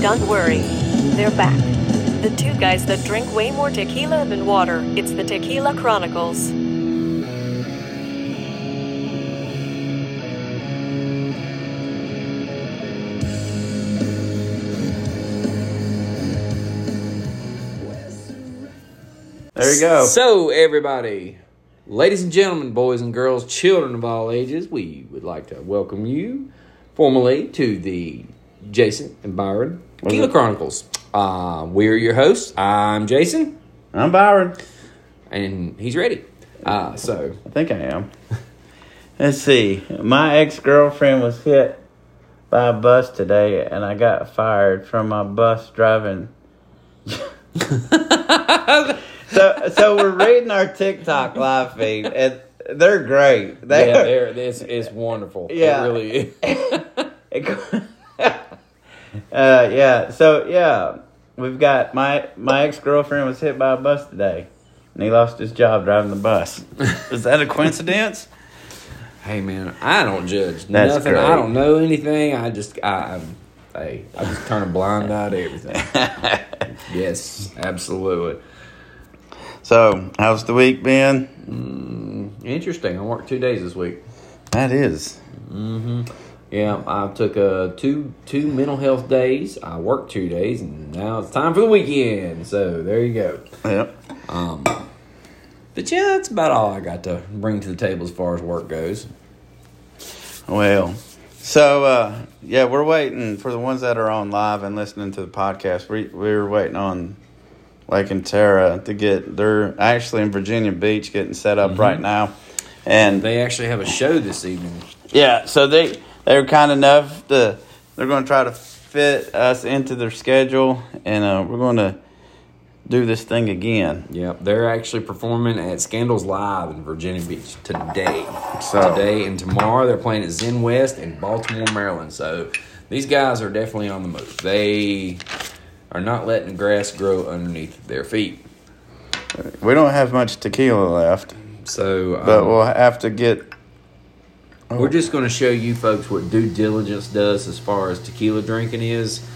Don't worry. They're back. The two guys that drink way more tequila than water. It's the Tequila Chronicles. There you go. So, everybody, ladies and gentlemen, boys and girls, children of all ages, we would like to welcome you formally to the Jason and Byron Tequila it? Chronicles. Uh, we're your hosts. I'm Jason, I'm Byron. and he's ready. Uh, so, I think I am. Let's see. My ex girlfriend was hit by a bus today, and I got fired from my bus driving. so, so we're reading our TikTok live feed, and they're great. They yeah, are- there, this is wonderful. Yeah. It really is. uh, yeah. So yeah, we've got my my ex girlfriend was hit by a bus today, and he lost his job driving the bus. Is that a coincidence? Hey man, I don't judge That's nothing. great. I don't know anything. I just I, I'm hey, I just turn a blind eye to everything. yes, absolutely. so, how's the week been? Interesting. I worked two days this week. That is. Yeah, I took uh, two two mental health days. I worked two days, and now it's time for the weekend. So there you go. Yep. But yeah, that's about all I got to bring to the table as far as work goes. Well, so uh, yeah, we're waiting for the ones that are on live and listening to the podcast. We we're waiting on Lake and Tara to get. They're actually in Virginia Beach getting set up right now, and They actually have a show this evening. Yeah, so they they were kind enough to they're going to try to fit us into their schedule, and uh, we're going to do this thing again. Yep, they're actually performing at Scandals Live in Virginia Beach today. So- today and tomorrow they're playing at Zen West in Baltimore, Maryland. So these guys are definitely on the move. They are not letting grass grow underneath their feet. We don't have much tequila left, So um, but we'll have to get. Oh. we're just going to show you folks what due diligence does as far as tequila drinking is.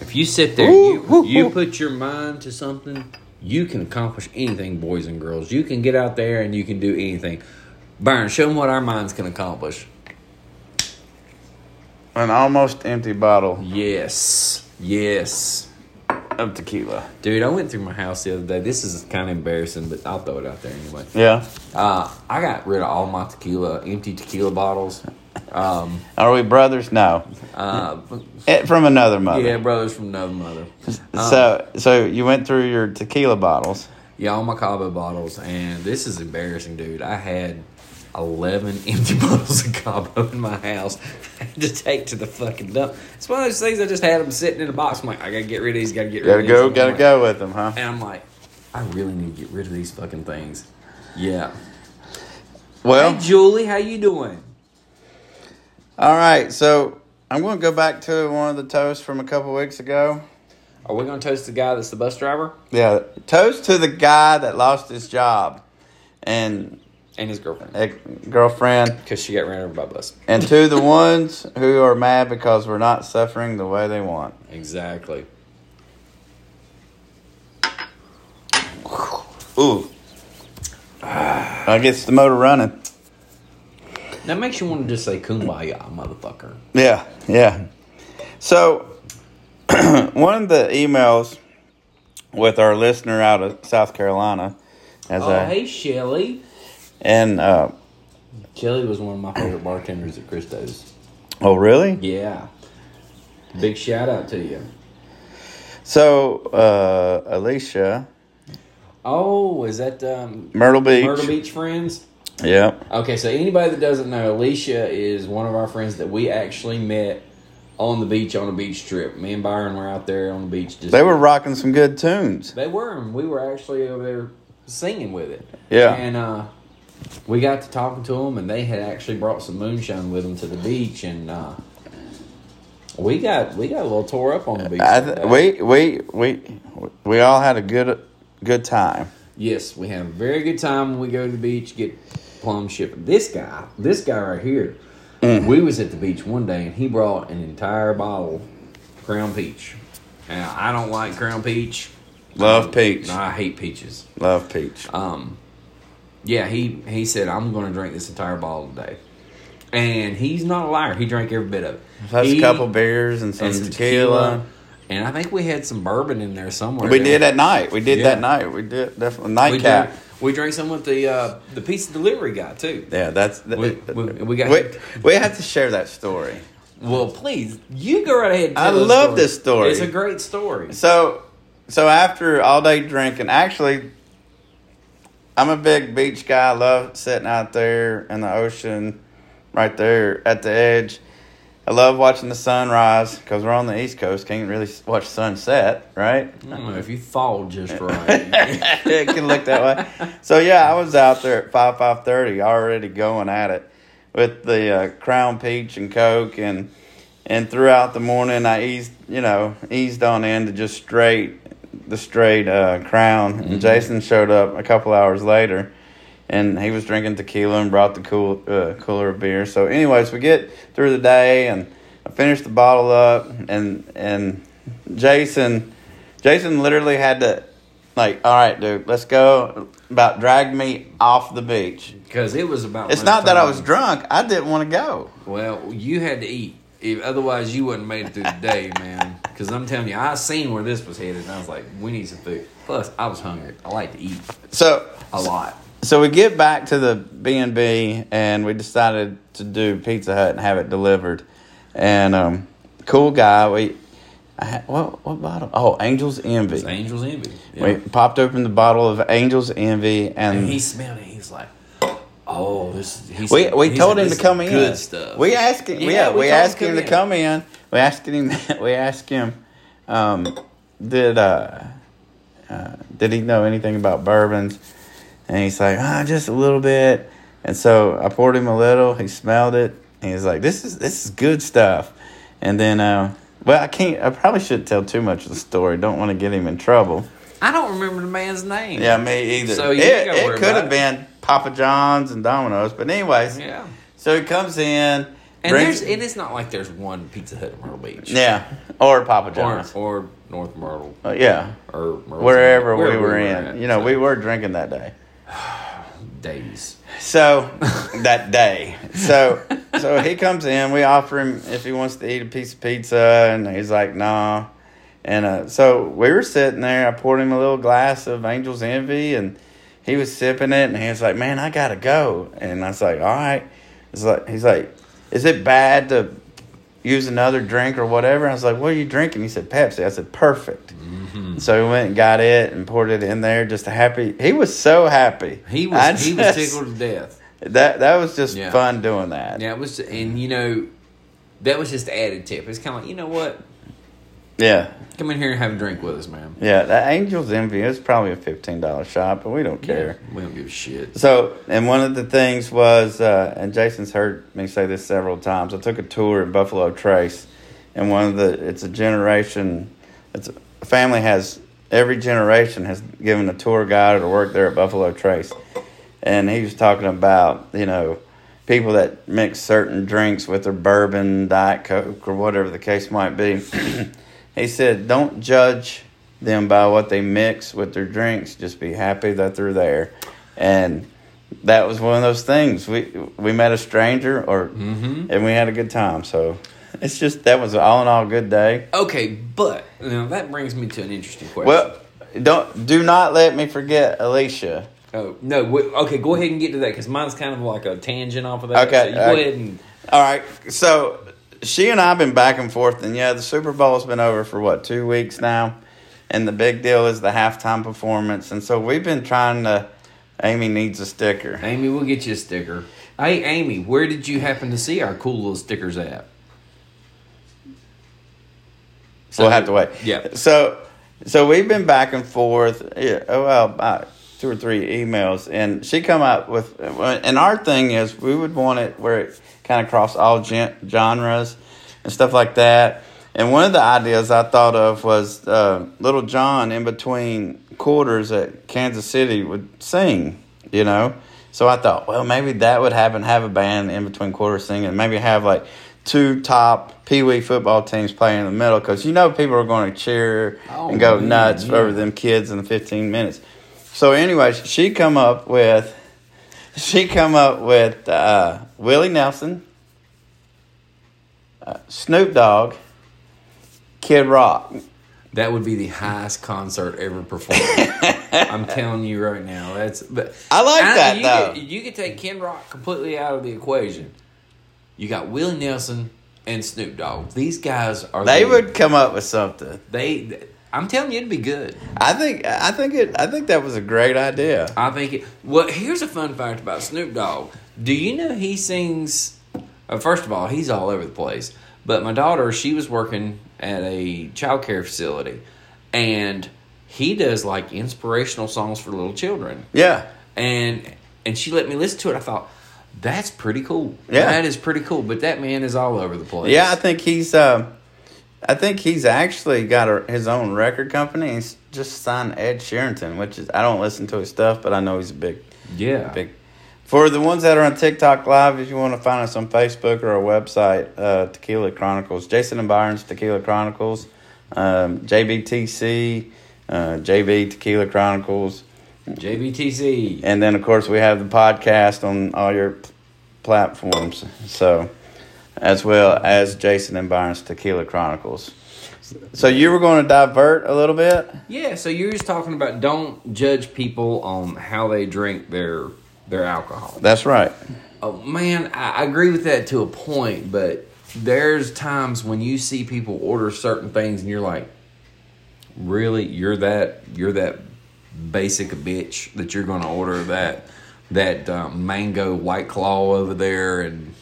If you sit there, you, you put your mind to something, you can accomplish anything, boys and girls. You can get out there and you can do anything. Byron, show them what our minds can accomplish. An almost empty bottle Yes, yes. of tequila. Dude, I went through my house the other day. This is kind of embarrassing, but I'll throw it out there anyway. Yeah. Uh, I got rid of all my tequila, empty tequila bottles. Um, Are we brothers? No. uh, It, from another mother. yeah, uh, brothers from another mother. So so you went through your tequila bottles. Yeah, all my Cabo bottles, and this is embarrassing, dude. I had eleven empty bottles of Cabo in my house I had to take to the fucking dump. It's one of those things. I just had them sitting in a box. I'm like, I gotta get rid of these. Gotta get rid Gotta of go. these. Gotta I'm like- go with them, huh? And I'm like, I really need to get rid of these fucking things. Yeah. Well, Hey, Julie, how you doing? all right. So I'm going to go back to one of the toasts from a couple weeks ago. Are we gonna toast the guy that's the bus driver Yeah, toast to the guy that lost his job and and his girlfriend? ex- girlfriend, Because she got ran over by a bus. and to the ones who are mad because we're not suffering the way they want. Exactly. Ooh, I gets the motor running. That makes you want to just say kumbaya, motherfucker. Yeah, yeah. So, one of the emails with our listener out of South Carolina, as Oh, I hey, Shelly. and uh, Shelly was one of my favorite bartenders at Christo's. oh really? Yeah. Big shout out to you. So uh, Alicia Oh, is that um, Myrtle Beach. Myrtle Beach friends? Yeah. Okay, so anybody that doesn't know, Alicia is one of our friends that we actually met on the beach on a beach trip. Me and Byron were out there on the beach. Just They were rocking some good tunes. They were, and we were actually over there singing with it. Yeah. And uh, we got to talking to them, and they had actually brought some moonshine with them to the beach, and uh, we got we got a little tore up on the beach. I that th- day. we we we we all had a good good time. Yes, we have a very good time when we go to the beach, get plum shipping. This guy, Mm. this guy right here, we was at the beach one day, and he brought an entire bottle Crown Peach. Now, I don't like Crown Peach. Love Um, peach. No, I hate peaches. Love peach. Um, yeah, he he said I'm going to drink this entire bottle today, and he's not a liar. He drank every bit of it. That's He- a couple beers and some, and some tequila. tequila, and I think we had some bourbon in there somewhere. We did at night. We did Yeah. that night. We did definitely We nightcap. drank, we drank some with the uh, the pizza delivery guy too. Yeah, that's the, We- we- we got- we, we have to share that story. Well, please, you go right ahead. And tell I the love this story. It's a great story. So, so after all day drinking, actually, I'm a big beach guy. I love sitting out there in the ocean, right there at the edge. I love watching the sunrise because we're on the East Coast. Can't really s- watch sunset, right? I don't know if you fall just right. it can look that way. So yeah, I was out there at five five thirty, already going at it with the uh, Crown Peach and Coke, and and throughout the morning I eased you know eased on into just straight the straight uh, Crown. And Jason showed up a couple hours later, and he was drinking tequila and brought the cool uh, cooler of beer. So anyways, we get through the day and I finished the bottle up, and and Jason. Jason literally had to, like, all right, dude, let's go. About drag me off the beach. because it was about. It's not that I lunchtime. was drunk. I didn't want to go. Well, you had to eat. If, otherwise, you wouldn't made it through the day, man. Because I'm telling you, I seen where this was headed, and I was like, we need some food. Plus, I was hungry. I like to eat So, a lot. so we get back to the B and B, and we decided to do Pizza Hut and have it delivered. And um, cool guy, we, I had, what what bottle? Oh, Angel's Envy. It's Angel's envy. Yeah. We popped open the bottle of Angel's Envy, and, And he smelled it. He was like, "Oh, this." He We, said- we he told said, him "This to is come in. Good stuff. We asked him. Yeah, Yeah, we we, told asked him to come in. We asked him. We asked him. Um, did uh, uh, did he know anything about bourbons? And he's like, ah, just a little bit. And so I poured him a little. He smelled it. And he's like, this is this is good stuff. And then, uh, well, I can't. I probably shouldn't tell too much of the story. Don't want to get him in trouble. I don't remember the man's name. Yeah, me either. So you ain't it gotta it worry could about have it. been Papa John's and Domino's, but anyways. yeah. So he comes in. And brings- there's and it's not like there's one Pizza Hut in Myrtle Beach. yeah, or Papa Or, John's. or North Myrtle Uh, yeah, or Myrtle wherever we wherever were, in. at. You know, So, we were drinking that day. days. So that day. So so he comes in. We offer him if he wants to eat a piece of pizza, and he's like, nah. And uh, so we were sitting there. I poured him a little glass of Angel's Envy, and he was sipping it. And he was like, "Man, I gotta go." And I was like, "All right." It's like he's like, "Is it bad to use another drink or whatever?" I was like, "What are you drinking?" He said, "Pepsi." I said, "Perfect." Mm-hmm. So we went and got it and poured it in there. Just a happy. He was so happy. He was I he was just- tickled to death. that that was just Yeah. fun doing that. Yeah. Yeah, it was and you know that was just the added tip. It's kinda like, you know what? yeah. Come in here and have a drink with us, man. that Angel's Envy is probably a fifteen dollar shot, but we don't care. We don't give a shit. So, and one of the things was, uh, and Jason's heard me say this several times. I took a tour in Buffalo Trace, and one of the it's a generation, it's a family has every generation has given a tour guide or worked there at Buffalo Trace, and he was talking about you know people that mix certain drinks with their bourbon, diet coke, or whatever the case might be. he said, "Don't judge them by what they mix with their drinks. Just be happy that they're there." And that was one of those things. We we met a stranger, or and we had a good time. So it's just that was an all in all good day. Okay, but now that brings me to an interesting question. Well, don't do not let me forget Alicia. oh no, w okay, go ahead and get to that because mine's kind of like a tangent off of that. Okay, so you go uh, ahead and All right. So she and I've been back and forth, and yeah, the Super Bowl's been over for what two weeks now, and the big deal is the halftime performance, and so we've been trying to. Amy needs a sticker. Amy, we'll get you a sticker. Hey, Amy, where did you happen to see our cool little stickers at? we'll have to wait. Yeah. So, so we've been back and forth. Yeah. oh, Well, about two or three emails, and she come up with. And our thing is, we would want it where it kind of cross all gen- genres and stuff like that. And one of the ideas I thought of was uh, Little John in between quarters at Kansas City would sing, you know. So I thought, well, maybe that would happen. Have a band in between quarters singing. Maybe have like two top Pee Wee football teams playing in the middle because you know people are going to cheer Oh, and go man, nuts yeah. over them kids in the 15 minutes. So, anyways, she come up with she come up with uh, Willie Nelson, uh, Snoop Dogg, Kid Rock. That would be the highest concert ever performed. I'm telling you right now. That's but I like that, you though. Could, you could take Ken Rock completely out of the equation. You got Willie Nelson and Snoop Dogg. These guys are They the- would come up with something. they. I'm telling you, it'd be good. I think I think it I think that was a great idea. I think it. Well, here's a fun fact about Snoop Dogg. Do you know he sings? Uh, first of all, he's all over the place. But my daughter, she was working at a child care facility, and he does like inspirational songs for little children. Yeah. And and she let me listen to it. I thought that's pretty cool. Yeah. that is pretty cool. But that man is all over the place. Yeah, I think he's. Uh, I think he's actually got a, his own record company. He's just signed Ed Sheeranton, which is I don't listen to his stuff, but I know he's a big, yeah. big. For the ones that are on TikTok Live, if you want to find us on Facebook or our website, uh, Tequila Chronicles, Jason and Byron's Tequila Chronicles, um, JBTC, uh, JB Tequila Chronicles, JBTC. and then of course we have the podcast on all your p- platforms. So, as well as Jason and Byron's Tequila Chronicles. So you were going to divert a little bit. Yeah, so you're just talking about don't judge people on how they drink their their alcohol. That's right. Oh man, I I agree with that to a point, but there's times when you see people order certain things and you're like, really, you're that you're that basic bitch that you're going to order that that um, mango white claw over there and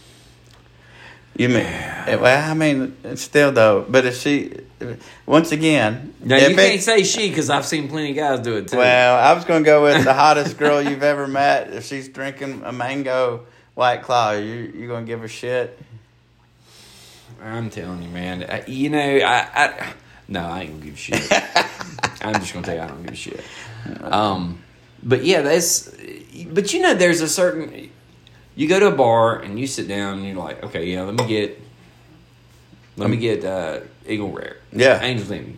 You mean? eh, Well, I mean, it's still though. But if she, once again, now if you it- can't say she because I've seen plenty of guys do it too. Well, I was going to go with the hottest girl you've ever met. If she's drinking a mango white claw, you you going to give her shit? I'm telling you, man. I, you know, I, I no, I ain't gonna give a shit. I'm just gonna tell you, I don't give a shit. Um, but yeah, that's. But you know, there's a certain. You go to a bar and you sit down and you're like, okay, yeah, let me get, let me get uh, Eagle Rare, Yeah. Angel's Envy,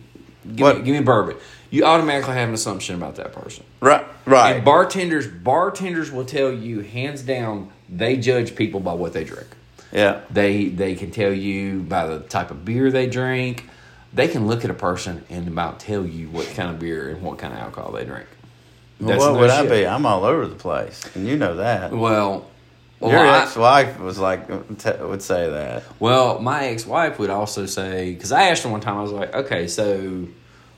give What- me, give me a bourbon. You automatically have an assumption about that person. Right, right. And bartenders, bartenders will tell you hands down, they judge people by what they drink. yeah, They they can tell you by the type of beer they drink. They can look at a person and about tell you what kind of beer and what kind of alcohol they drink. Well, That's what no would I shit. be? I'm all over the place, and you know that. Well, well, Your I- ex-wife was like t- would say that. well, my ex wife would also say because I asked her one time, I was like, okay, so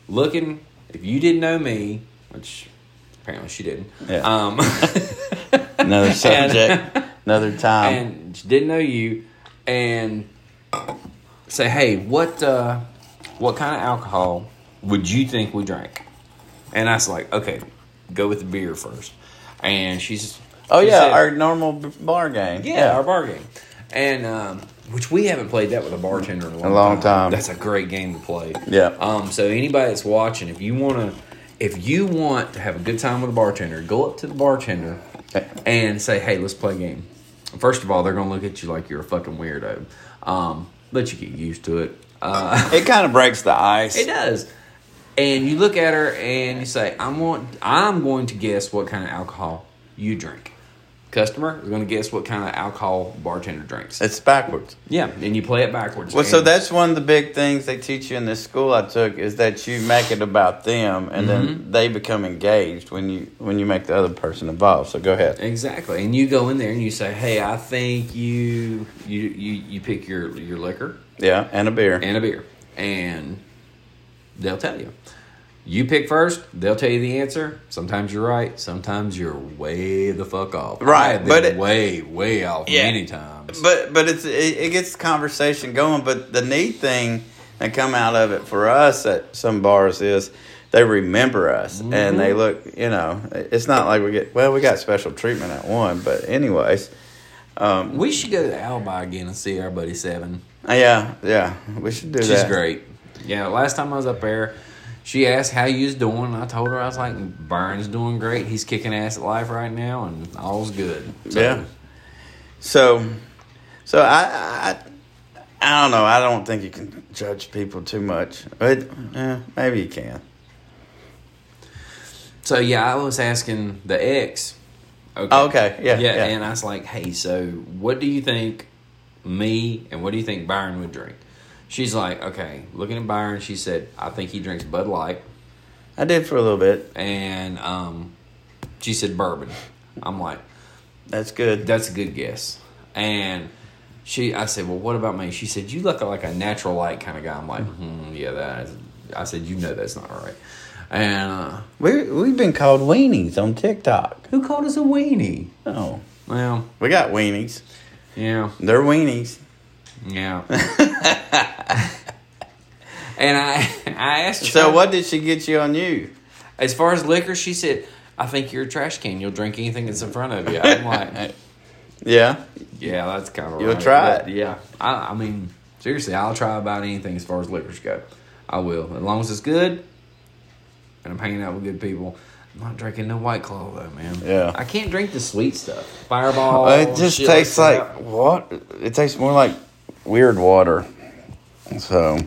looking if you didn't know me, which apparently she didn't, Yeah. um, Another subject, another time. and she didn't know you, and say, hey, what uh, what kind of alcohol would you think we drank? And I was like, okay, go with the beer first. And she's, oh she yeah, said, our normal b- bar game. yeah, our bar game, and um, which we haven't played that with a bartender in a long, long time. That's a great game to play. Yeah. Um. So anybody that's watching, if you want to, if you want to have a good time with a bartender, go up to the bartender and say, "Hey, let's play a game." First of all, they're gonna look at you like you're a fucking weirdo, um, but you get used to it. Uh, it kind of breaks the ice. it does. And you look at her and you say, "I'm want, I'm going to guess what kind of alcohol you drink." Customer is going to guess what kind of alcohol bartender drinks. It's backwards. Yeah, and you play it backwards. Uh, Well, so And- that's one of the big things they teach you in this school I took is that you make it about them, and Mm-hmm. then they become engaged when you when you make the other person involved. So go ahead. exactly. And you go in there and you say, "Hey, I think you you you, you pick your your liquor Yeah, and a beer. and a beer," and they'll tell you. You pick first. They'll tell you the answer. Sometimes you're right. Sometimes you're way the fuck off. I Right, have been but it- way way off Yeah. many times. But but it's it, it gets the conversation going. But the neat thing that come out of it for us at some bars is they remember us and they look. You know, it's not like we get well. We got special treatment at one, but anyways, We should go to Albi again and see our buddy Seven. uh, yeah, yeah, we should do She's that. great. Yeah, last time I was up there, she asked how you was doing. and I told her I was like, Byron's doing great. He's kicking ass at life right now, and all's good. So, Yeah. So, so I, I I don't know. I don't think you can judge people too much. But eh, maybe you can. So yeah, I was asking the ex. Okay. Oh, Okay, yeah, yeah. And I was like, "Hey, so what do you think me and what do you think Byron would drink?" She's like, "Okay." Looking at Byron, she said, "I think he drinks Bud Light." I did for a little bit. and um, she said bourbon. I'm like, That's good. that's a good guess. And she, I said, well, what about me? She said, you look like a natural light kind of guy. I'm like, hmm, yeah, that. Is, I said, you know, that's not right. And uh, We we've been called weenies on TikTok. who called us a weenie? Oh, Well, we got weenies. yeah, They're weenies. yeah. and I, I asked her. So what did she get you on you? As far as liquor, she said, I think you're a trash can. You'll drink anything that's in front of you. I'm like. Yeah, Yeah, that's kind of. You'll try it. Yeah, I, I mean, seriously, I'll try about anything as far as liquors go. I will, as long as it's good, and I'm hanging out with good people. I'm not drinking no White Claw though, man. Yeah. I can't drink the sweet stuff. Fireball. it just Oh, shit like tastes like, that. what? It tastes more like weird water. So,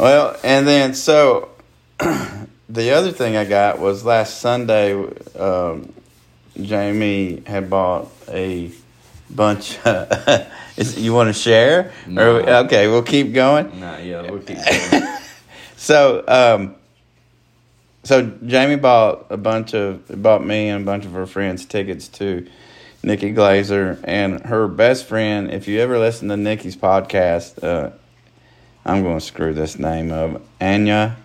well, and then so the other thing I got was last Sunday. Um, Jamie had bought a bunch. is, you want to share? No. Or, okay, we'll keep going. Nah, yeah, we'll keep going. So, um, so Jamie bought a bunch of bought me and a bunch of her friends tickets to Nikki Glazer and her best friend. If you ever listen to Nikki's podcast, uh, I'm going to screw this name up. Anya,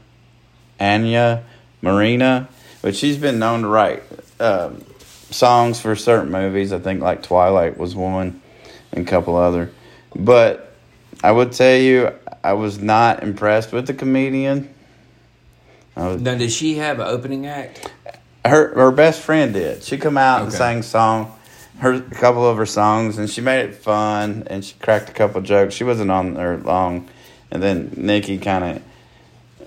Anya Marina, but she's been known to write um, songs for certain movies. I think like Twilight was one, and a couple other. But I would tell you, I was not impressed with the comedian. now, does she have an opening act? her her best friend did. She come out and Okay. sang song, her a couple of her songs, and she made it fun and she cracked a couple jokes. She wasn't on there long, and then Nikki kind of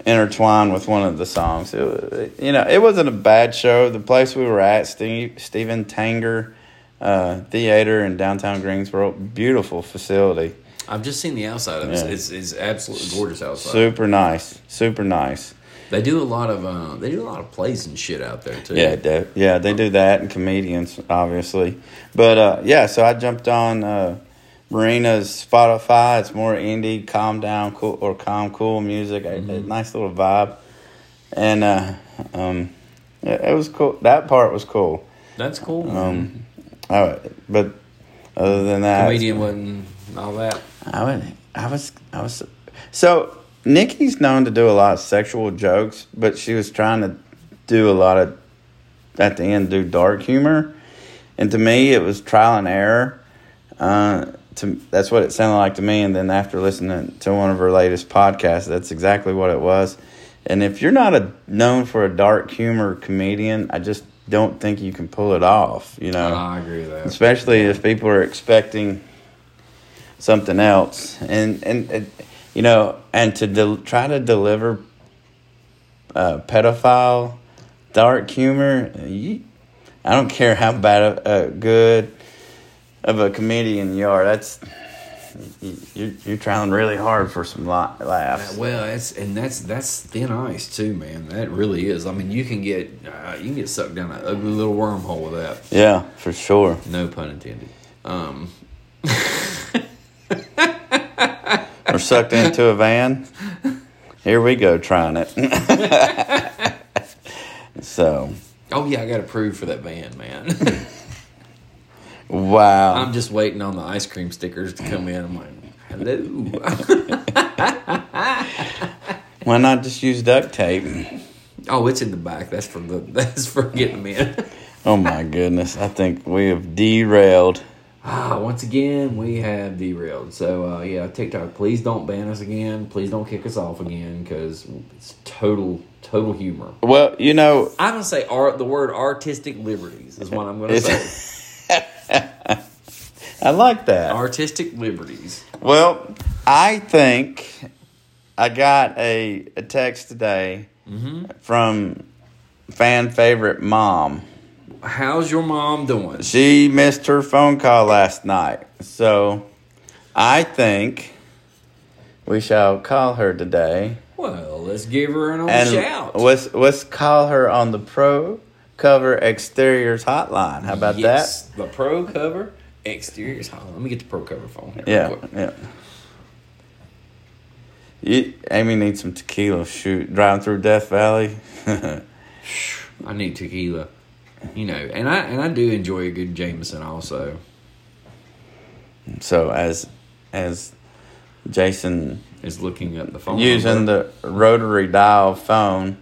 intertwined with one of the songs. It, wa- you know, it wasn't a bad show. The place we were at, Steve, Stephen Tanger uh, Theater in downtown Greensboro, beautiful facility. I've just seen the outside of it. Yeah. It's, it's absolutely gorgeous outside. Super nice, super nice. they do a lot of uh, they do a lot of plays and shit out there too. Yeah, they, yeah, they do that, and comedians obviously. But uh, yeah, so I jumped on uh, Marina's Spotify. It's more indie, calm down, cool or calm cool music. A- A, nice little vibe, and uh, um, it, it was cool. That part was cool. that's cool. Um, oh, but other than that, Comedian wasn't all that. I would. I was. I was. So Nikki's known to do a lot of sexual jokes, but she was trying to do a lot of at the end do dark humor, and to me it was trial and error. Uh, to that's what it sounded like to me, and then after listening to one of her latest podcasts, that's exactly what it was. And if you're not a known for a dark humor comedian, I just don't think you can pull it off. You know, I agree with that. especially if people are expecting something else and and, and you know and to del- try to deliver uh, pedophile dark humor you, i don't care how bad a, a good of a comedian you are that's you, you're, you're trying really hard for some la- laughs Well, that's and that's that's thin ice too, man. That really is. I mean, you can get uh, you can get sucked down an ugly little wormhole with that. yeah for sure No pun intended. Um, or sucked into a van. Here we go, trying it. so, oh yeah, I got approved for that van, man. wow. I'm just waiting on the ice cream stickers to come in. I'm like, hello. Why not just use duct tape? oh, it's in the back. That's for the that's for getting them in. Oh my goodness, I think we have derailed. Ah, once again, we have derailed. So, uh, yeah, TikTok, please don't ban us again. Please don't kick us off again because it's total, total humor. Well, you know, I'm gonna say art. The word artistic liberties is what I'm gonna say. it's, I like that. Artistic liberties. Well, I think I got a, a text today from fan favorite mom. How's your mom doing? She missed her phone call last night. So I think We shall call her today. Well, let's give her an old and shout. Let's, let's call her on the Pro Cover Exteriors hotline. How about yes, that? The pro cover exteriors. Hold on, let me get the pro cover phone. here that? Yeah, real quick. yeah. You, Amy needs some tequila. Shoot, driving through Death Valley. I need tequila. You know, and I and I do enjoy a good Jameson also. so as as Jason Is looking at the phone. using the rotary dial phone.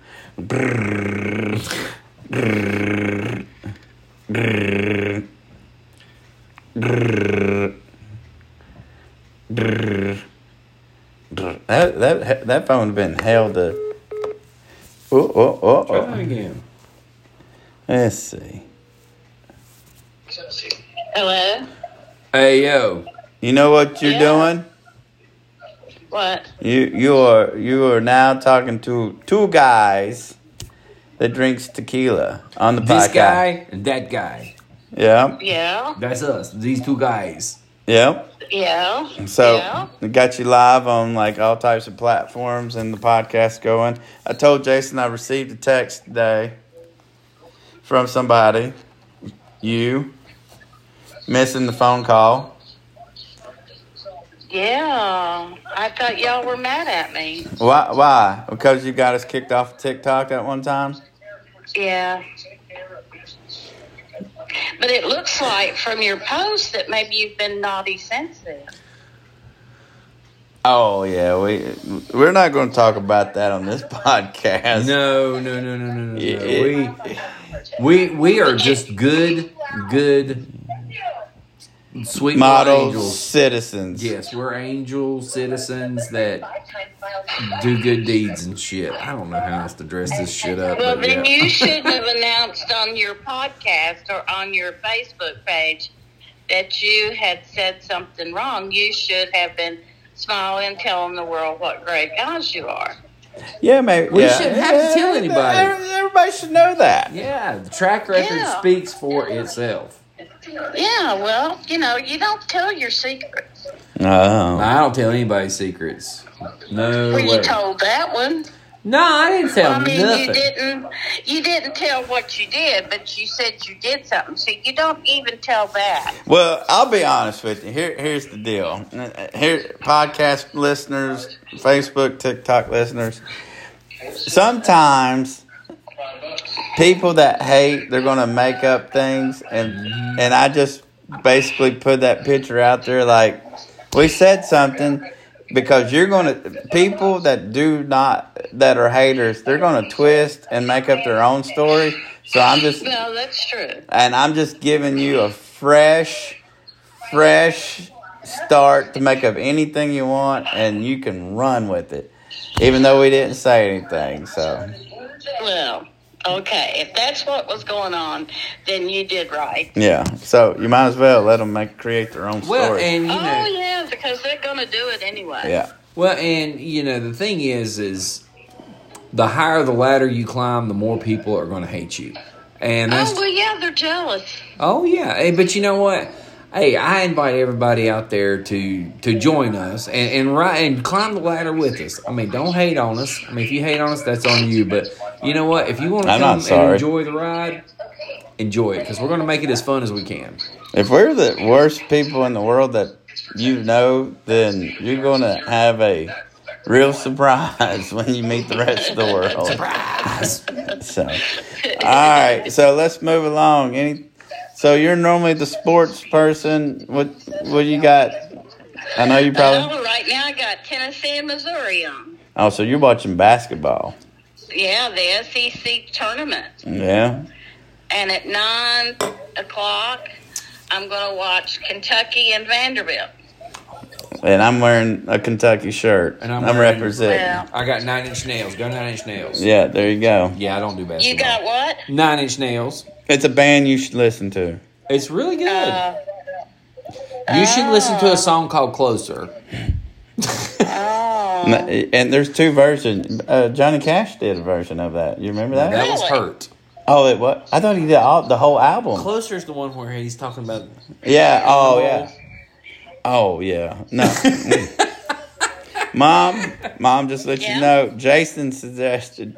That that that phone's been held to. Oh oh oh! Try that oh. again. Let's see. Hello? Hey yo, You know what you're Yeah. doing? What? You you are you are now talking to two guys that drinks tequila on the this podcast. guy and that guy. Yeah. Yeah? That's us. These two guys. Yeah. Yeah? So Yeah? we got you live on like all types of platforms and the podcast going. I told Jason I received a text today from somebody. You missing the phone call. Yeah. I thought y'all were mad at me. Why why? Because you got us kicked off of TikTok at one time? Yeah. But it looks like from your post that maybe you've been naughty since then. Oh yeah, we we're not going to talk about that on this podcast. No, no, no, no, no, no. Yeah, no. it- We we we are just good, good, sweet little model angels. citizens. Yes, we're angel citizens that do good deeds and shit. I don't know how else to dress this shit up. Well, But then yeah. you shouldn't have announced on your podcast or on your Facebook page that you had said something wrong. You should have been smiling, telling the world what great guys you are. Yeah, maybe We yeah. shouldn't have to tell anybody. Every- Everybody should know that. yeah, the track record Yeah. speaks for itself. Yeah, well, you know, you don't tell your secrets. Oh, I don't tell anybody's secrets. No Well, you way. told that one. No, I didn't tell I mean, you nothing. didn't. You didn't tell what you did, but you said you did something. So you don't even tell that. well, I'll be honest with you. Here, here's the deal. Here, podcast listeners, Facebook, TikTok listeners. Sometimes people that hate, they're gonna make up things, and and I just basically put that picture out there like we said something because you're gonna people that do not that are haters, they're gonna twist and make up their own story. So I'm just No, that's true. and I'm just giving you a fresh, fresh start to make up anything you want, and you can run with it, even though we didn't say anything. So Well, okay. If that's what was going on, then you did right. yeah, so you might as well let them make create their own story. well, and you know. Oh yeah, because they're gonna do it anyway. yeah, Well, and you know the thing is, is the higher the ladder you climb, the more people are going to hate you, and that's Oh well, yeah, they're jealous. oh yeah. Hey, but you know what? Hey, I invite everybody out there to to join us and and ri and climb the ladder with us. I mean, don't hate on us. I mean, if you hate on us, that's on you. But you know what? If you want to I'm not come and sorry. enjoy the ride, enjoy it because we're going to make it as fun as we can. if we're the worst people in the world that you know, then you're gonna have a real surprise when you meet the rest of the world. Surprise! So, all right. So let's move along. Any, so you're normally the sports person. What what you got? I know you probably. Oh, right now I got Tennessee and Missouri on. Oh, so you're watching basketball. Yeah, the SEC tournament. Yeah. And at nine o'clock, I'm going to watch Kentucky and Vanderbilt. And I'm wearing a Kentucky shirt. And And I'm I'm, wearing- representing. Well, I got nine inch nails. Go nine inch nails. Yeah, there you go. Yeah, I don't do basketball. you got what? nine inch nails. It's a band you should listen to. It's really good. Uh, you should listen to a song called Closer. Uh, oh, N- And there's two versions. Uh, Johnny Cash did a version of that. You remember that? That was Really? Hurt. Oh, it what? I thought he did all, the whole album. Closer is the one where he's talking about. Yeah. Oh, yeah. Oh, yeah. No. Mom, mom, just let you Yeah? know, Jason suggested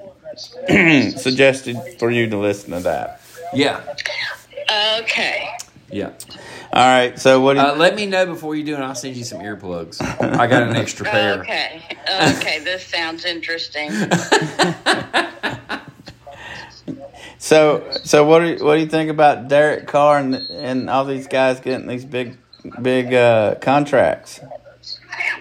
suggested for you to listen to that. Yeah. Okay. Yeah. All right, so what? Do you, Uh, let me know before you do, and I'll send you some earplugs. I got an extra pair. Okay. Okay. this sounds interesting. so so what? Do you, what do you think about Derek Carr and and all these guys getting these big big uh, contracts?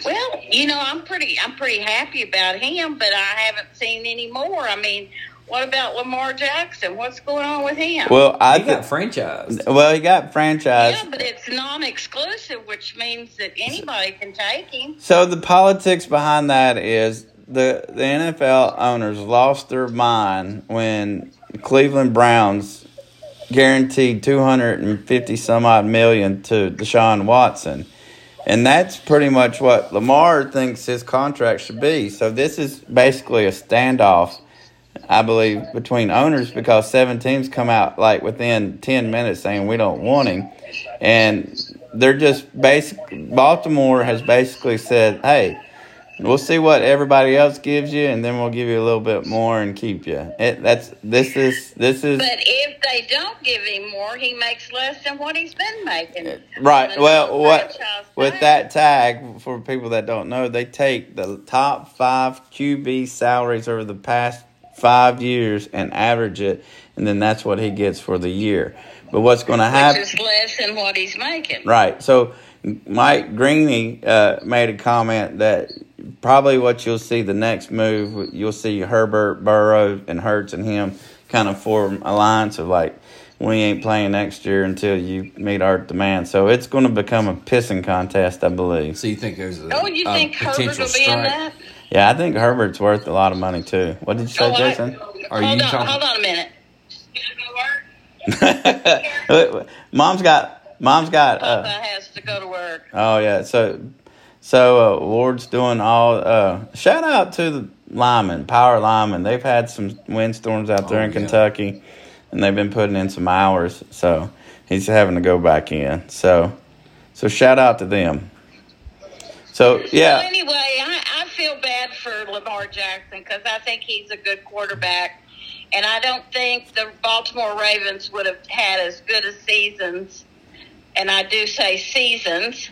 Well, you know, I'm pretty, I'm pretty happy about him, but I haven't seen any more. I mean, what about Lamar Jackson? What's going on with him? Well, I I got th- franchised. well he got franchised. yeah, but it's non-exclusive, which means that anybody can take him. So the politics behind that is the the NFL owners lost their mind when Cleveland Browns guaranteed two hundred and fifty some odd million to Deshaun Watson. And that's pretty much what Lamar thinks his contract should be. So this is basically a standoff, I believe, between owners because seven teams come out like within ten minutes saying we don't want him, and they're just basic. Baltimore has basically said, hey. We'll see what everybody else gives you, and then we'll give you a little bit more and keep you. It, that's this is this is But if they don't give him more, he makes less than what he's been making. Right. From Well, the what franchise with tag. that tag for people that don't know, they take the top five QB salaries over the past five years and average it, and then that's what he gets for the year. But what's going to happen? Which is less than what he's making. Right. So Mike Greeny uh, made a comment that probably what you'll see the next move, you'll see Herbert, Burrow, and Hertz and him kind of form alliance of like, we ain't playing next year until you meet our demand. So it's going to become a pissing contest, I believe. So you think there's a, Oh, you a think Herbert will Um, be potential in strike? that? Yeah, I think Herbert's worth a lot of money too. What did you say, Oh, I- Jason? Are hold you on, talking- Hold on a minute. mom's got, mom's got. Papa Uh, has to go to work. Oh yeah, so so uh, Ward's doing all. Uh, shout out to the linemen, power linemen. They've had some windstorms out there Oh, in yeah. Kentucky, and they've been putting in some hours. So he's having to go back in. So so shout out to them. So Well, yeah, anyway, I, I feel bad for Lamar Jackson because I think he's a good quarterback, and I don't think the Baltimore Ravens would have had as good a seasons, and I do say seasons,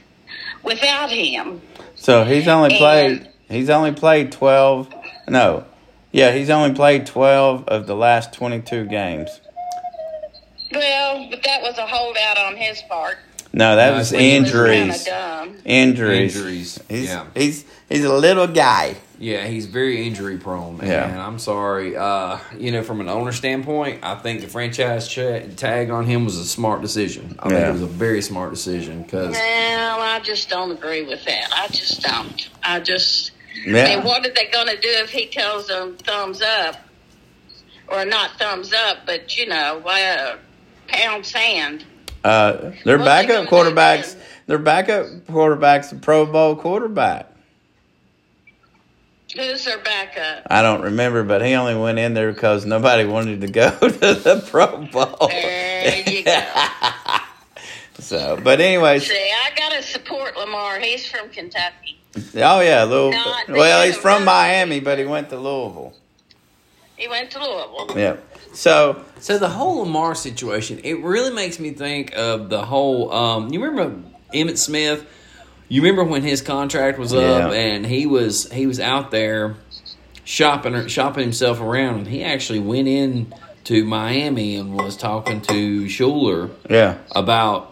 without him. so he's only And- played. He's only played twelve. No, yeah, he's only played twelve of the last twenty-two games. Well, but that was a holdout on his part. No, that No, was I think- injuries. Kind of dumb. Injuries. Injuries, He's, yeah. he's he's a little guy. Yeah, he's very injury prone, and Yeah. I'm sorry. Uh, you know, from an owner standpoint, I think the franchise cha- tag on him was a smart decision. I think Yeah. it was a very smart decision because Well, I just don't agree with that. I just don't. I just. Yeah. I mean, what are they going to do if he tells them thumbs up, or not thumbs up, but you know, uh, pound sand? Uh, their Well, backup they don't have quarterbacks. him. Their backup quarterback's a Pro Bowl quarterback. Who's their backup? I don't remember, but he only went in there because nobody wanted to go to the Pro Bowl. There you go. So, but anyways, See, I gotta support Lamar. He's from Kentucky. oh yeah, Louisville. Not the well, he's from University. Miami, but he went to Louisville. He went to Louisville. Yeah. So So the whole Lamar situation, it really makes me think of the whole. Um, you remember Emmett Smith? You remember when his contract was up Yeah. and he was he was out there shopping shopping himself around, and he actually went in to Miami and was talking to Schuler yeah, about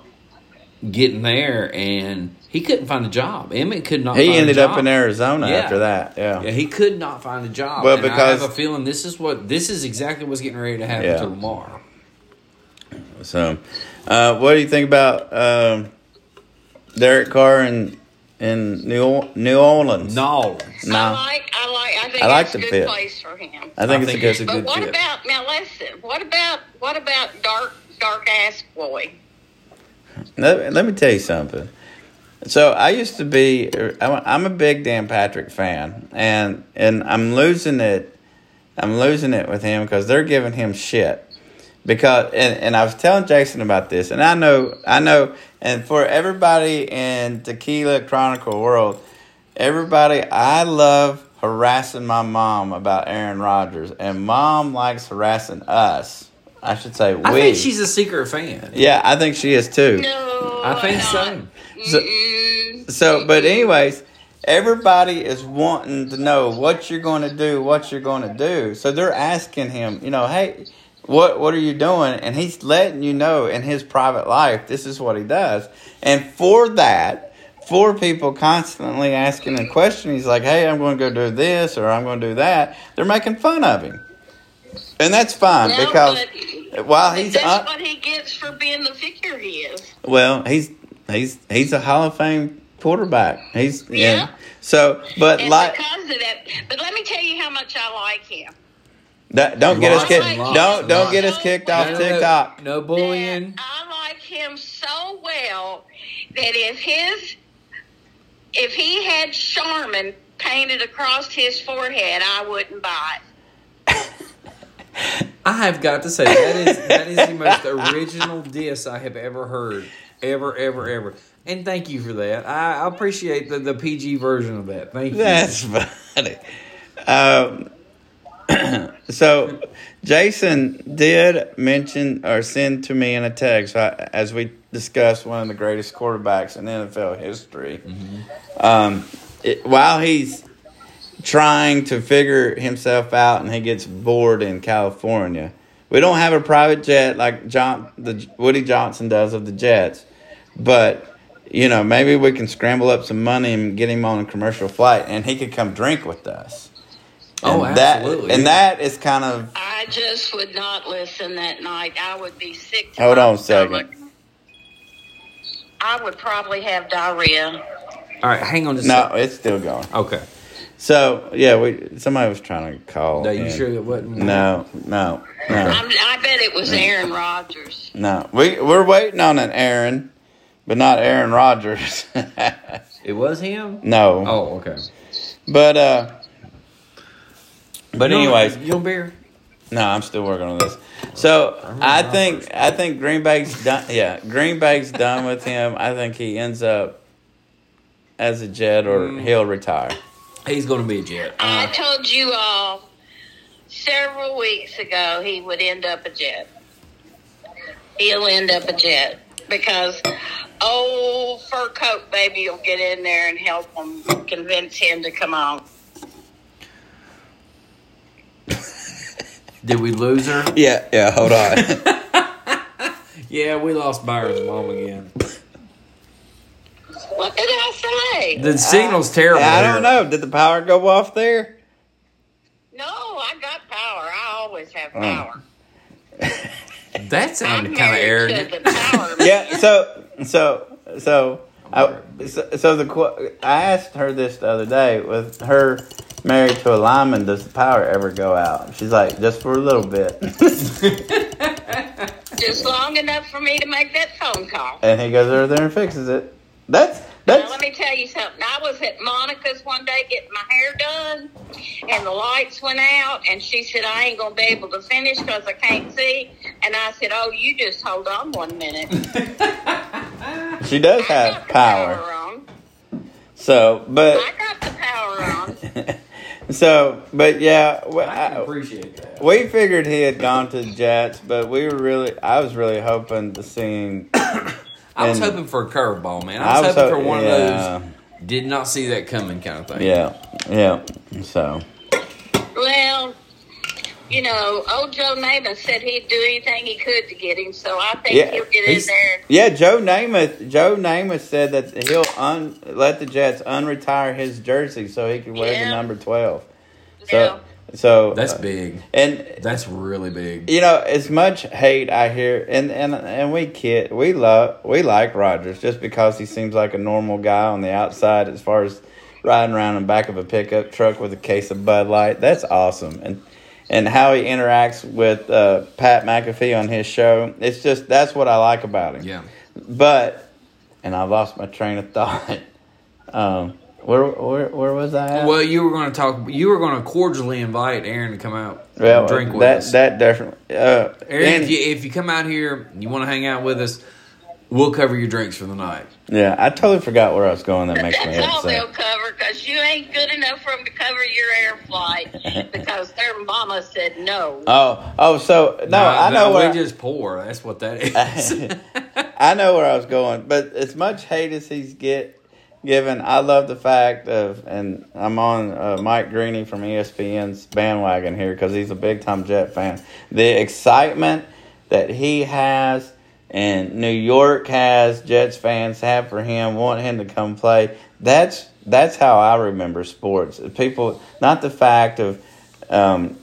getting there, and he couldn't find a job. Emmett could not. he find a ended up job. in Arizona Yeah. after that. Yeah, he could not find a job. Well, Well, because I have because- a feeling this is what this is exactly what's getting ready to happen Yeah. to Lamar. So, uh, what do you think about um, Derek Carr in in New Or- New Orleans? No. I no, like. I like. I think I like it's the a good fit. place for him. I think I it's think a good. it's a But good what fit. about now? Listen. What about what about dark dark ass boy? Let, let me tell you something. So I used to be. I'm I'm a big Dan Patrick fan, and and I'm losing it. I'm losing it with him because they're giving him shit. Because and, and I was telling Jason about this, and I know I know, and for everybody in Tequila Chronicle world, Everybody, I love harassing my mom about Aaron Rodgers, and mom likes harassing us. I should say we. I think she's a secret fan. yeah, I think she is too. No, I think I'm so. not. So- Mm-mm. So, but anyways, everybody is wanting to know what you're going to do, what you're going to do. So they're asking him, you know, hey, what what are you doing? And he's letting you know in his private life, this is what he does. And for that, for people constantly asking a question, he's like, hey, I'm going to go do this or I'm going to do that. They're making fun of him, and that's fine No, because while but he's that's un- what he gets for being the figure he is. well, he's he's he's a Hall of Fame quarterback. He's yeah. Yeah. So, but And like because of that, but let me tell you how much I like him. that, don't get us Lots kicked. and Don't lots don't and lots. get us kicked off No, No, no, TikTok. No that bullying. I like him so well that if his if he had Charmin painted across his forehead, I wouldn't buy it. I have got to say that is that is the most original diss I have ever heard, ever, ever, ever. And thank you for that. I I appreciate the, the PG version of that. Thank you. That's funny. Um, so, Jason did mention or send to me in a text I, as we discussed one of the greatest quarterbacks in NFL history. Um, it, while he's trying to figure himself out and he gets bored in California. We don't have a private jet like John the Woody Johnson does of the Jets, but you know maybe we can scramble up some money and get him on a commercial flight, and he could come drink with us. Oh, And that- absolutely. and that is kind of I just would not listen that night. I would be sick. To Hold my on a second. stomach. I would probably have diarrhea. All right, hang on just a no, it's still going. sec. Okay. So yeah, we somebody was trying to call. Are you in. sure that wasn't? No, no, no. I'm, I bet it was Aaron Rodgers. No, we we're waiting on an Aaron, but not Aaron Rodgers. It was him? no. Oh, okay. But uh but No, anyways, you want beer? no, I'm still working on this. So I think I think Green Bay's done. Yeah, Green Bay's done with him. I think he ends up as a Jet or he'll retire. He's going to be a jet. Uh, I told you all several weeks ago he would end up a jet. He'll end up a jet because old fur coat baby will get in there and help him convince him to come on. Did we lose her? Yeah, yeah. Hold on. Yeah, we lost Byron's mom again. What did I say? The signal's terrible. I here. don't know. Did the power go off there? No, I got power. I always have Oh. power. That I'm sounded kind of married arrogant. To the power man. Yeah. So so so. I, so, so the qu- I asked her this the other day with her married to a lineman. Does the power ever go out? She's like, just for a little bit. Just long enough for me to make that phone call. and he goes over there and fixes it. That's Now, let that's me tell you something. I was at Monica's one day getting my hair done, and the lights went out, and she said, I ain't going to be able to finish because I can't see. And I said, Oh, you just hold on one minute. she does I have got the power. on. So, but I got the power on. so, but yeah, we, I can I, appreciate that. we figured he had gone to the Jets, but we were really, I was really hoping to see him. I was And- hoping for a curveball, man. I was, hoping for ho- one yeah, of those did not see that coming kind of thing. Yeah, yeah. So Well, you know, old Joe Namath said he'd do anything he could to get him, so I think Yeah, he'll get in he's- there. yeah, Joe Namath. Joe Namath said that he'll un, let the Jets unretire his jersey so he can wear the Yeah. number twelve. So, Yeah. so That's uh, big. and That's really big. you know, as much hate I hear, and and and we kid, we love, we like Rogers just because he seems like a normal guy on the outside, as far as riding around in the back of a pickup truck with a case of Bud Light. That's awesome, and and how he interacts with uh, Pat McAfee on his show. It's just that's what I like about him. Yeah. But, and I lost my train of thought. Um, where where where was I? At? Well, you were going to talk. You were going to cordially invite Aaron to come out Well, and drink with that us. that definitely. Uh, Aaron, and- if you, if you come out here, and you want to hang out with us, we'll cover your drinks for the night. Yeah, I totally forgot where I was going. That makes me That's all they'll upset. cover 'cause because you ain't good enough for them to cover your air flight because their mama said no. Oh, oh, so no, I know we're where just poor. That's what that is. I know where I was going, but as much hate as he's get given, I love the fact of, and I'm on uh, Mike Greeny from ESPN's bandwagon here because he's a big time Jet fan. The excitement that he has and New York has, Jets fans have for him, want him to come play. That's that's how I remember sports. People, not the fact of. Um,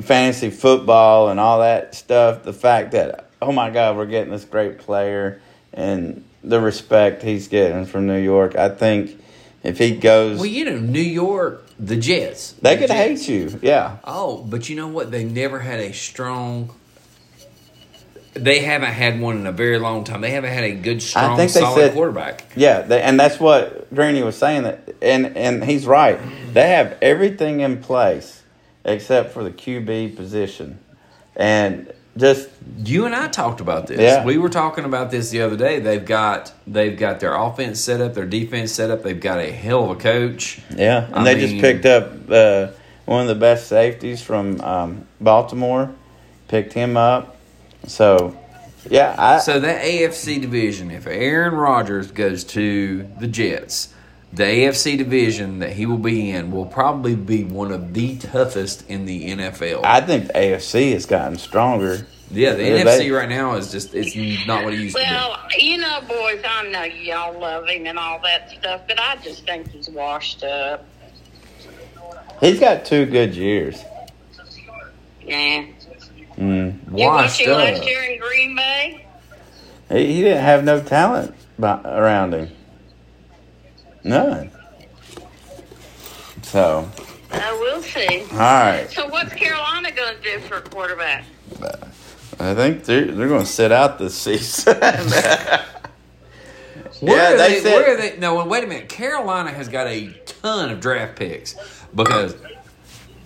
fantasy football and all that stuff, the fact that oh my god, we're getting this great player and the respect he's getting from New York, I think if he goes, well, you know, New York, the Jets. they the could Jets. hate you. Yeah, Oh, but you know what? They never had a strong. They haven't had one in a very long time. They haven't had a good, strong, think they solid said- quarterback. yeah, they, and that's what Greeny was saying that, and and he's right. They have everything in place except for the QB position, and just You and I talked about this. Yeah. We were talking about this the other day. They've got they've got their offense set up, their defense set up. They've got a hell of a coach. Yeah, and I they mean- just picked up uh, one of the best safeties from um, Baltimore. Picked him up. So, yeah, I, So that AFC division, if Aaron Rodgers goes to the Jets, the AFC division that he will be in will probably be one of the toughest in the NFL. I think the AFC has gotten stronger. yeah, the Yeah, NFC they- right now is just it's not what it used to Well, you know, boys, I know y'all love him and all that stuff, but I just think he's washed up. He's got two good years. Yeah. Mm. be. You watched Washed him up. last year in Green Bay? He, he didn't have no talent bu- around him. None. So, I will see. all right. So what's Carolina going to do for a quarterback? I think they're, they're going to sit out this season. Where Yeah, are they they, said- where are they? No, well, wait a minute. Carolina has got a ton of draft picks because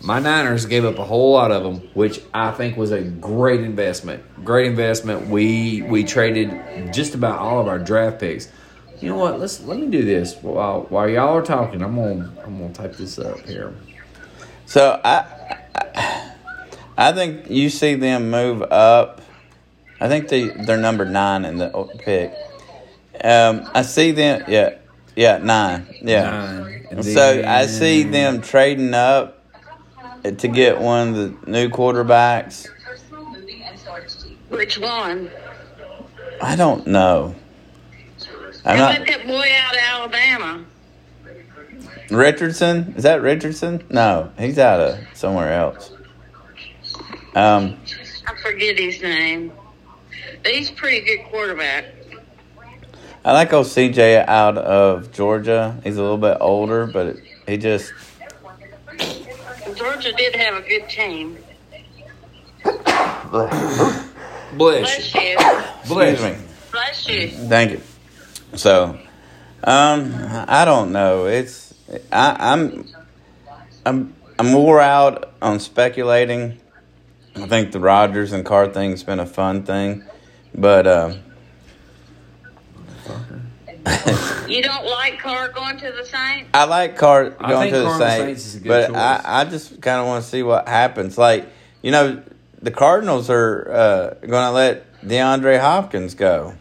my Niners gave up a whole lot of them, which I think was a great investment. Great investment. We we traded just about all of our draft picks. You know what? Let's let me do this while while y'all are talking. I'm gonna I'm gonna type this up here. So I, I think you see them move up. I think they they're number nine in the pick. Um, I see them. Yeah, yeah, nine. Yeah. Nine. And So I see then- them trading up to get one of the new quarterbacks. Which one? I don't know. I'm How about not that boy out of Alabama? Richardson. Is that Richardson? No, he's out of somewhere else. Um, I forget his name. But he's a pretty good quarterback. I like old CJ out of Georgia. He's a little bit older, but he just Georgia did have a good team. Bless Bless you. you. Bless excuse you. me. Bless you. Thank you. So, um, I don't know. It's I, I'm I'm I'm more out on speculating. I think the Rogers and Carr thing's been a fun thing, but um, You don't like Carr going to the Saints? I like Carr going I think to the Carr and the Saints, Saints is a good but choice. I, I just kind of want to see what happens. Like you know, the Cardinals are uh, going to let DeAndre Hopkins go,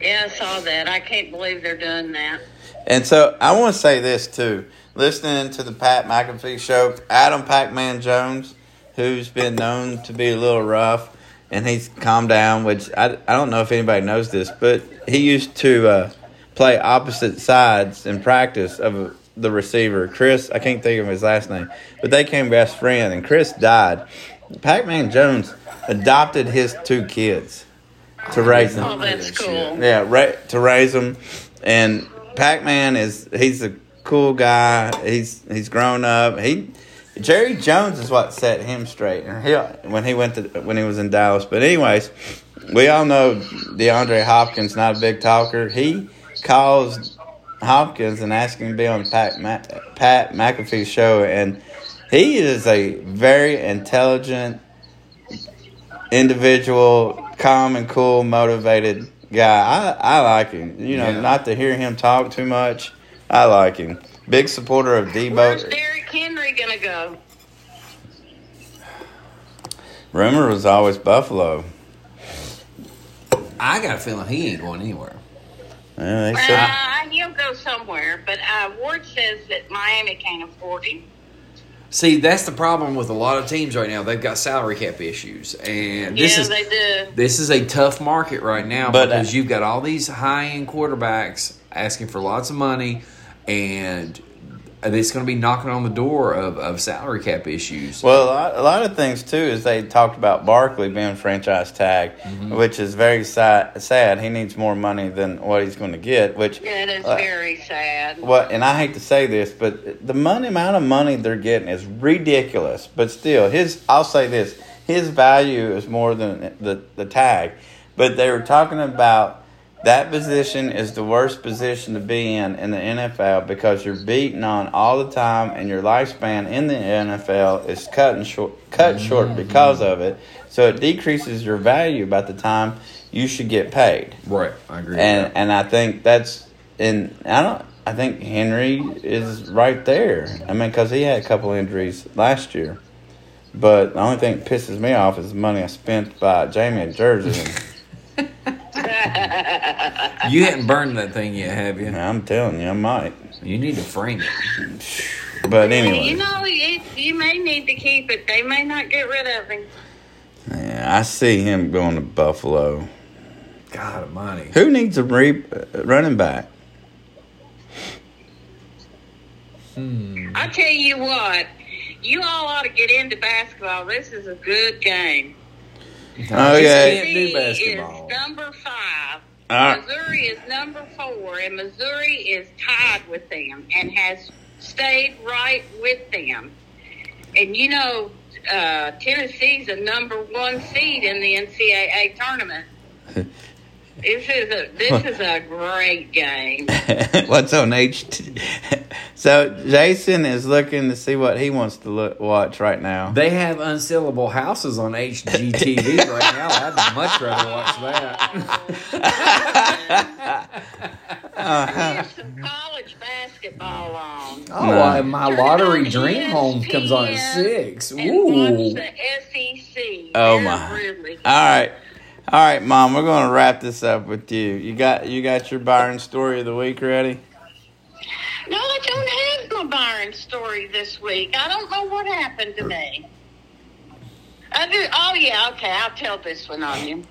Yeah, I saw that. I can't believe they're doing that. and so I want to say this too. Listening to the Pat McAfee show, Adam Pac-Man Jones, who's been known to be a little rough, and he's calmed down. Which I, I don't know if anybody knows this, but he used to uh, play opposite sides in practice of the receiver, Chris. I can't think of his last name, but they came best friend, and Chris died. Pac-Man Jones adopted his two kids to raise them. Oh, that's shit. cool. Yeah, ra- to raise him, and Pac Man is he's a cool guy. He's he's grown up. He Jerry Jones is what set him straight, and he when he went to when he was in Dallas. But anyways, we all know DeAndre Hopkins not a big talker. He calls Hopkins and asked him to be on Pat Ma- Pat McAfee's show, and he is a very intelligent individual, calm and cool, motivated guy. I, I like him. You know, Yeah. not to hear him talk too much. I like him. Big supporter of Where's Debo. Derrick Henry gonna go? Rumor was always Buffalo. I got a feeling he ain't going anywhere. Yeah, they said Uh, he'll go somewhere, but uh, Ward says that Miami can't afford him. See, that's the problem with a lot of teams right now. They've got salary cap issues, and this yeah, is they do. this is a tough market right now But, uh, because you've got all these high end quarterbacks asking for lots of money, and it's going to be knocking on the door of, of salary cap issues. Well, a lot, a lot of things too is they talked about Barkley being franchise tagged, Mm-hmm. which is very sad, sad. He needs more money than what he's going to get. Which Yeah, it is uh, very sad. What and I hate to say this, but the money amount of money they're getting is ridiculous. But still, his I'll say this: his value is more than the the tag. But they were talking about that position is the worst position to be in in the NFL because you're beaten on all the time, and your lifespan in the NFL is cut and short, cut short because of it. So it decreases your value by the time you should get paid right, I agree. and with that. and I think that's and I don't. I think Henry is right there. I mean, because he had a couple injuries last year. But the only thing that pisses me off is the money I spent by Jamie and Jersey. you hadn't burned that thing yet, have you? And I'm telling you, I might. You need to frame it. But You anyway, know, you, you may need to keep it. They may not get rid of him. yeah, I see him going to Buffalo. God Almighty. Who needs a re- uh, running back? I tell you what, you all ought to get into basketball. This is a good game. Oh, yeah. Can't do Tennessee basketball. is number five. Uh, Missouri is number four, and Missouri is tied with them and has stayed right with them. And you know, uh, Tennessee's a number one seed in the NCAA tournament. This is a this is a great game. What's on H? T- so Jason is looking to see what he wants to look, watch right now. They have unsellable houses on HGTV right now. I'd much rather watch that. There's some college basketball on. Oh, No. I- my Turn lottery on E dream home comes on at ESPN six. And watch Ooh, the SEC. Oh They're my! really- All right, all right, Mom. We're gonna wrap this up with you. You got you got your Byron story of the week ready. No, I don't have my Byron story this week. I don't know what happened to me. I do, oh, yeah, okay, I'll tell this one on you.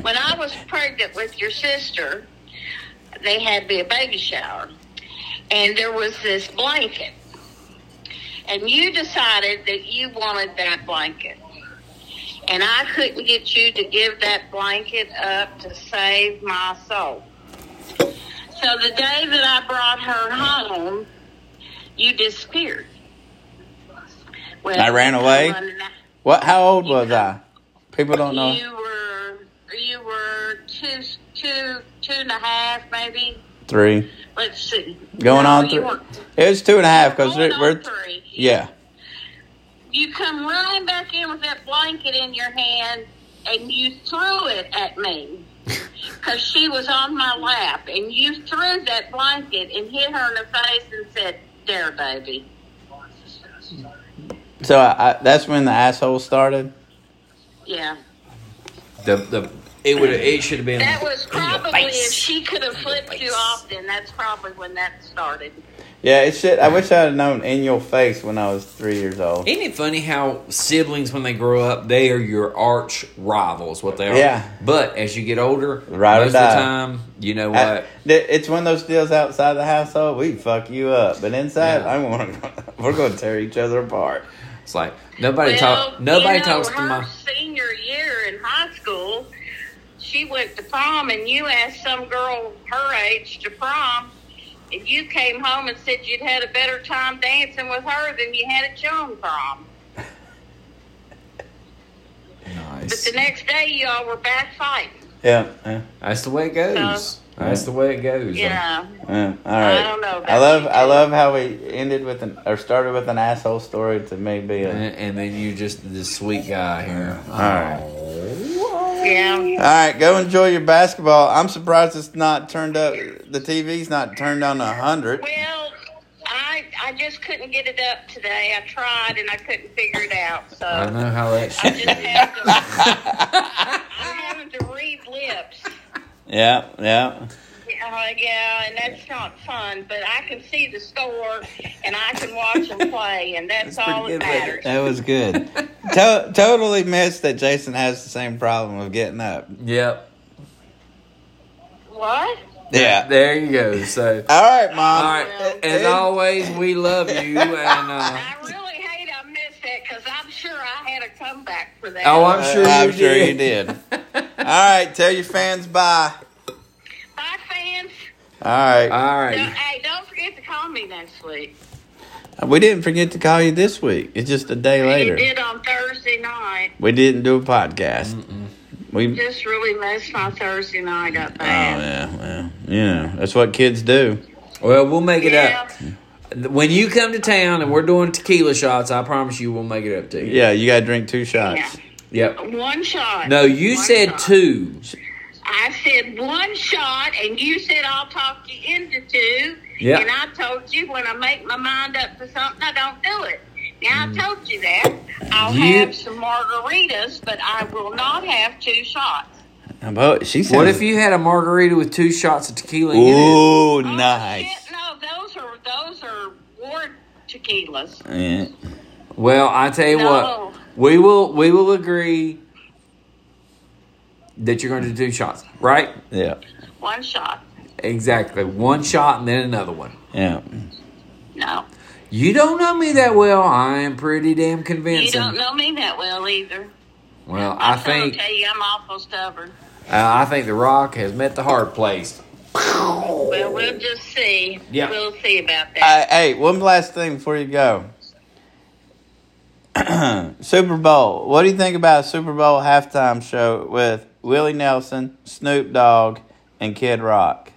When I was pregnant with your sister, they had me a baby shower, and there was this blanket. And you decided that you wanted that blanket. And I couldn't get you to give that blanket up to save my soul. So the day that I brought her home, you disappeared. Well, I ran away? What? How old was I? People don't know. You were you were two two two and a half maybe. Three. Let's see. Going No, on you three. weren't. It was two and a half because Going we're, on we're three. yeah. You come running back in with that blanket in your hand, and you threw it at me because she was on my lap, and you threw that blanket and hit her in the face and said, "There, baby." So I, I, that's when the asshole started. Yeah. the the it would it should have been. That was probably face. if she could have flipped you off, then that's probably when that started. Yeah, it should. I wish I had known in your face when I was three years old. Isn't it funny how siblings, when they grow up, they are your arch rivals? What they are. Yeah. But as you get older, Ride or most of the die. Uh, time, you know what? I- th- it's one of those deals outside the household. We fuck you up, but inside, Yeah. I'm gonna, we're gonna tear each other apart. it's like nobody well, talk. Nobody you know, talks to her my. senior year in high school. She went to prom, and you asked some girl her age to prom, and you came home and said you'd had a better time dancing with her than you had at your own prom. But Nice. the next day, you all were back fighting. Yeah. yeah. That's the way it goes. That's the way it goes. Yeah, Yeah, all right. don't know about I love you. I love how we ended with an or started with an asshole story to me being. And, and then you just this sweet guy here. All right. yeah. All right, go enjoy your basketball. I'm surprised it's not turned up. The TV's not turned on a hundred. Well, I I just couldn't get it up today. I tried and I couldn't figure it out. So I I know how that just shit. have to. I'm having to read lips. Yeah, yeah. Uh, yeah, and that's not fun. But I can see the score and I can watch them play, and that's, all that matters. That was good. to- totally missed that Jason has the same problem of getting up. Yep. What? Yeah. There you go. So. All right, All mom. Uh, right. As always, we love you, and uh, I really hate I missed that because I'm sure I had a comeback for that. oh, I'm Uh, sure you I'm did. sure you did. All right, tell your fans bye. Bye, fans. All right. All No, right. hey, don't forget to call me next week. Uh, we didn't forget to call you this week. It's just a day You later. did on Thursday night. We didn't do a podcast. We. Just really messed my Thursday night up Oh bad. yeah, well, you know that's what kids do. Well, we'll make it Yeah. up when you come to town, and we're doing tequila shots. I promise you, we'll make it up to you. Yeah, you gotta drink two shots. Yep. One shot. No, you One said shot. two. I said one shot, and you said I'll talk you into two. Yeah. And I told you when I make my mind up for something, I don't do it. Now Mm. I told you that I'll You- have some margaritas, but I will not have two shots. How About she said. What if you had a margarita with two shots of tequila in it? Ooh, Oh, nice. shit, no, those are those are ward tequilas. Yeah. Well, I tell you No. what, we will we will agree that you're going to do two shots, right? Yeah. One shot. Exactly, one shot and then another one. Yeah. No, You don't know me that well. I am pretty damn convincing. you don't know me that well either. Well, I I'm trying to think tell you, I'm awful stubborn. uh, I think the Rock has met the hard place. Well, we'll just see. Yeah. We'll see about that. Uh, hey, one last thing before you go. Super Bowl. What do you think about a Super Bowl halftime show with Willie Nelson, Snoop Dogg, and Kid Rock?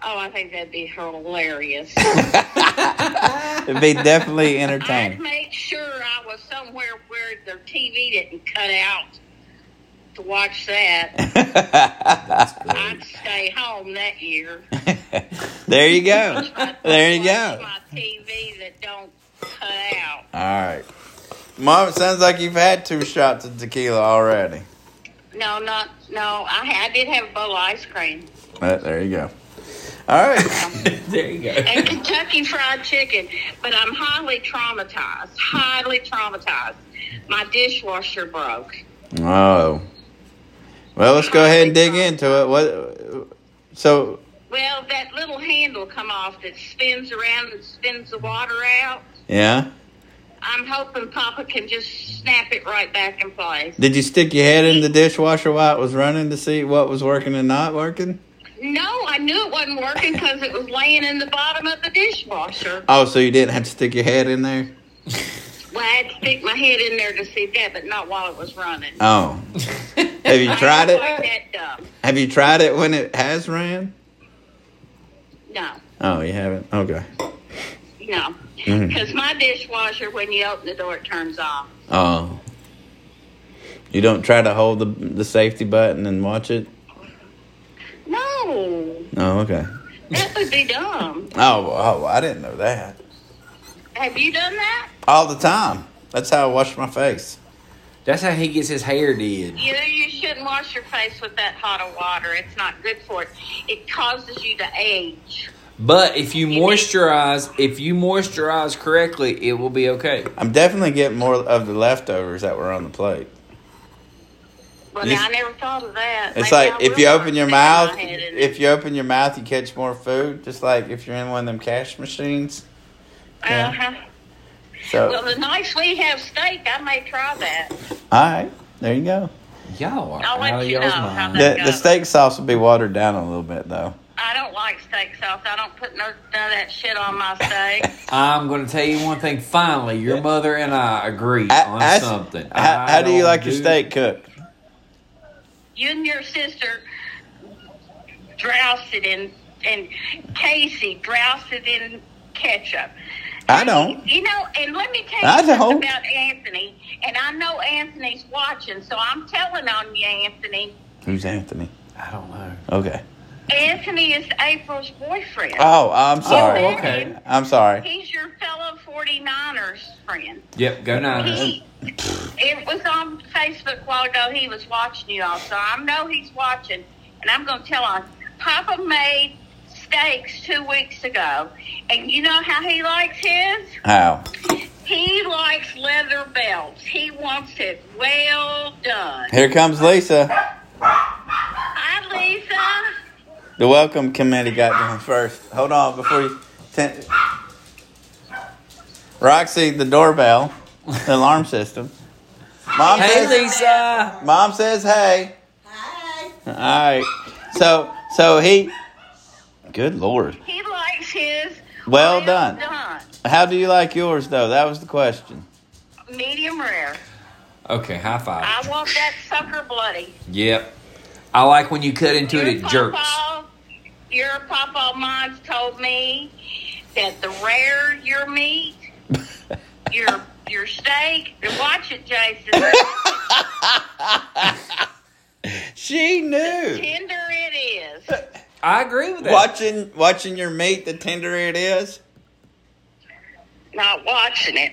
Oh, I think that'd be hilarious. It'd be definitely I'd entertaining. make sure I was somewhere where the TV didn't cut out to watch that. I'd stay home that year. there you go. There you Watch go. My TV that don't cut out. All right. Mom, it sounds like you've had two shots of tequila already. No, not no. I I did have a bowl of ice cream But Oh, there you go. All right. There you go. and Kentucky Fried Chicken, but I'm highly traumatized. Highly traumatized. My dishwasher broke. Oh. Well, let's go ahead and dig into it. What? So, Well, that little handle come off that spins around and spins the water out. yeah. I'm hoping Papa can just snap it right back in place. Did you stick your head in the dishwasher while it was running to see what was working and not working? No, I knew it wasn't working because it was laying in the bottom of the dishwasher. Oh, so you didn't have to stick your head in there? Well, I had to stick my head in there to see that, but not while it was running. Oh. Have you tried I ain't it? quite that dumb. Have you tried it when it has ran? No, Oh, you haven't? Okay. no. Mm-hmm. Because my dishwasher, when you open the door, it turns off. Oh. You don't try to hold the the safety button and watch it? No, Oh, okay. that would be dumb. Oh, oh, I didn't know that. Have you done that? All the time. That's how I wash my face. That's how he gets his hair did. You know, you shouldn't wash your face with that hot of water. It's not good for it. It causes you to age. But if you moisturize, if you moisturize correctly, it will be okay. I'm definitely getting more of the leftovers that were on the plate. Well, You- now, I never thought of that. It's Maybe like I if will you start open your sticking my mouth, head in if you open your mouth, you catch more food. Just like if you're in one of them cash machines. it. Uh-huh. So, Well, the nights we have steak, I may try that. all right, there you go. Y'all are I'll let out of you y'all's know how mind. that- The, the steak sauce will be watered down a little bit, though. I don't like steak sauce. I don't put no, none of that shit on my steak. I'm going to tell you one thing. Finally, your mother and I agree A- on ask- something. How, I how do you don't like your do- steak cooked? you and your sister droused it in, and Casey droused it in ketchup. I don't. You know, and let me tell you I something don't. about Anthony. And I know Anthony's watching, so I'm telling on you, Anthony. Who's Anthony? I don't know. Okay. Anthony is April's boyfriend. Oh, I'm sorry. Oh, okay. I'm sorry. He's your fellow 49ers friend. Yep, go Uh-huh. Niners. He, it was on Facebook a while ago. He was watching you all, so I know he's watching. And I'm going to tell him, Papa made steaks two weeks ago. And you know how he likes his? How? He likes leather belts. He wants it well done. Here comes Lisa. Hi, Lisa. The welcome committee got done first. Hold on before you. Ten- Roxy, the doorbell, the alarm system. Mom Hey, says, Lisa. Mom says, "Hey." Hi. All right. So, so he. Good lord. He likes his Well done. done. How do you like yours though? That was the question. Medium rare. Okay, high five. I want that sucker bloody. Yep. I like when you cut into it, it jerks. Papa, your papa mom's told me that the rare your meat, your your steak, watch it, Jason. the She knew. tender it is. I agree with that. Watching watching your meat, the tender it is. Not watching it,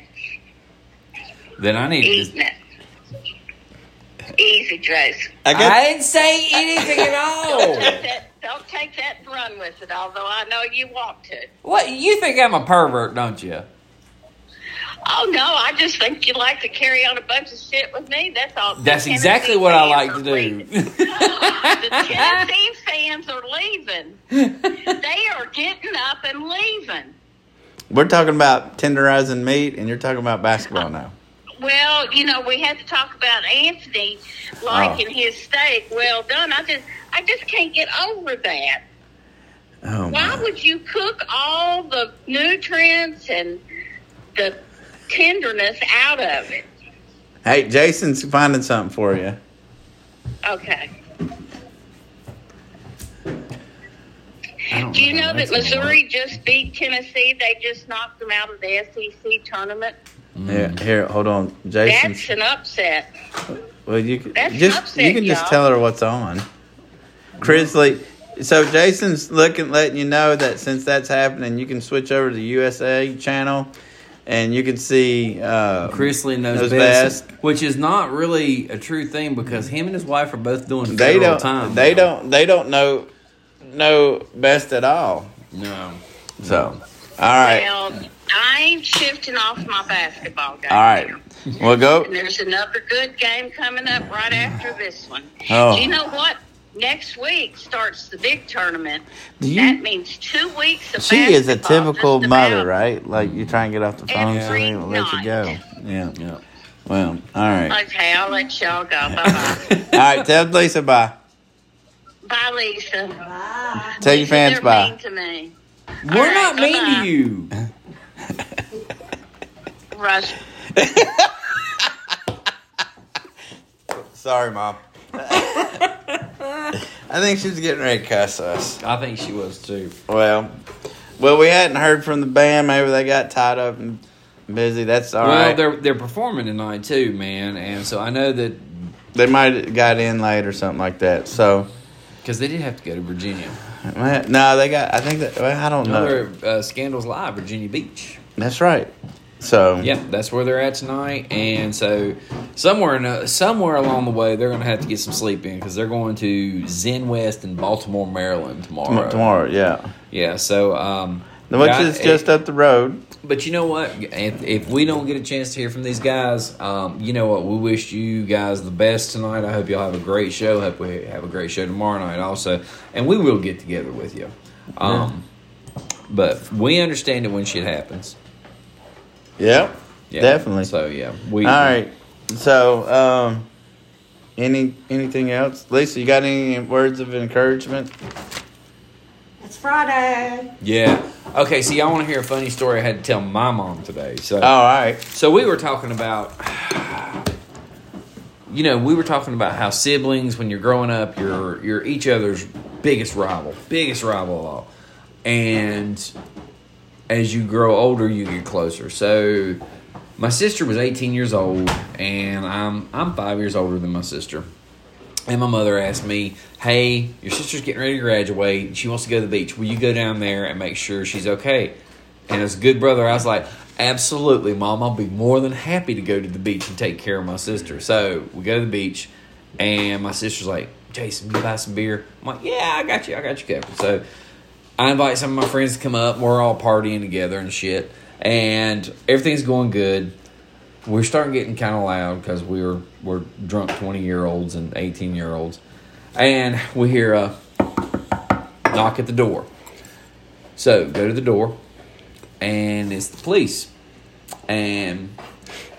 Then I need eating to. it. Easy, Jason. I I guess didn't say anything at all. Take that- Don't take that and run with it, although I know you want to. What you think I'm a pervert, don't you? Oh no, I just think you like to carry on a bunch of shit with me. That's all. That's The exactly Tennessee what I fans like are to leaving. do. the Tennessee fans are leaving. They are getting up and leaving. we're talking about tenderizing meat, and you're talking about basketball now. Well, you know, we had to talk about Anthony liking his steak well done. I just, I just can't get over that. Oh Why my. would you cook all the nutrients and the tenderness out of it? Hey, Jason's finding something for you. Okay. I don't Do you how know that that's gonna Missouri just beat Tennessee? They just knocked them out of the SEC tournament. work. Here, here, hold on, Jason. That's an upset. Well, you can that's just upset, you can just y'all. tell her what's on. Crisley. So Jason's looking, letting you know that since that's happening, you can switch over to the USA channel, and you can see uh, Chrisley knows, Knows best, best. which is not really a true thing because him and his wife are both doing They federal don't. time. they now. don't. They don't know know best at all. No. So, all right, Well, I'm shifting off my basketball game. all right. Well, go. And there's another good game coming up right after this one. Oh. Do you know what? Next week starts the big tournament. Do you- that means two weeks of She is a basketball, typical just mother, about. right? Like you try and get off the phone, so Every they won't let you go. night. Yeah. Yeah. Well, all right, Okay, I'll let y'all go. Bye bye. all right. Tell Lisa bye. bye, Lisa. Bye. Tell your Lisa, fans they're bye. mean to me. We're right, not mean bye-bye. to you. Rush. Sorry, Mom. I think she was getting ready to cuss us. I think she was too. Well, well, we hadn't heard from the band. Maybe they got tied up and busy. That's all well, right. they're they're performing tonight too, man, and so I know that They might have got in late or something like that. So, because they did have to go to Virginia. man, no, they got. I think that. Well, I don't know. Another uh, scandals live, Virginia Beach. That's right. So, Yeah, that's where they're at tonight, and so somewhere in a, somewhere along the way, they're going to have to get some sleep in because they're going to Zen West in Baltimore, Maryland tomorrow. tom- tomorrow, yeah, Yeah, so um, which yeah, is just it- up the road. But you know what? If, if we don't get a chance to hear from these guys, um, you know what? We wish you guys the best tonight. I hope y'all have a great show. Hope we have a great show tomorrow night also, and we will get together with you. Um, But we understand it when shit happens. Yep, Yeah. definitely. So yeah, we All right. So, um, any anything else, Lisa? You got any words of encouragement? It's Friday. Yeah. Okay. See, I want to hear a funny story I had to tell my mom today. So. All right. So we were talking about, you know, we were talking about how siblings, when you're growing up, you're you're each other's biggest rival, biggest rival of all, and as you grow older, you get closer. So my sister was 18 years old, and I'm I'm five years older than my sister, And my mother asked me, "Hey, your sister's getting ready to graduate. and She wants to go to the beach. Will you go down there and make sure she's okay?" And as a good brother, I was like, "Absolutely, mom. I'll be more than happy to go to the beach and take care of my sister." So we go to the beach, and my sister's like, "Jason, you buy some beer?" I'm like, "Yeah, I got you. I got you covered." So I invite some of my friends to come up. We're all partying together and shit, and everything's going good we're starting getting kind of loud because we were we're drunk twenty year olds and eighteen year olds, and we hear a knock at the door. So go to the door, and it's the police, and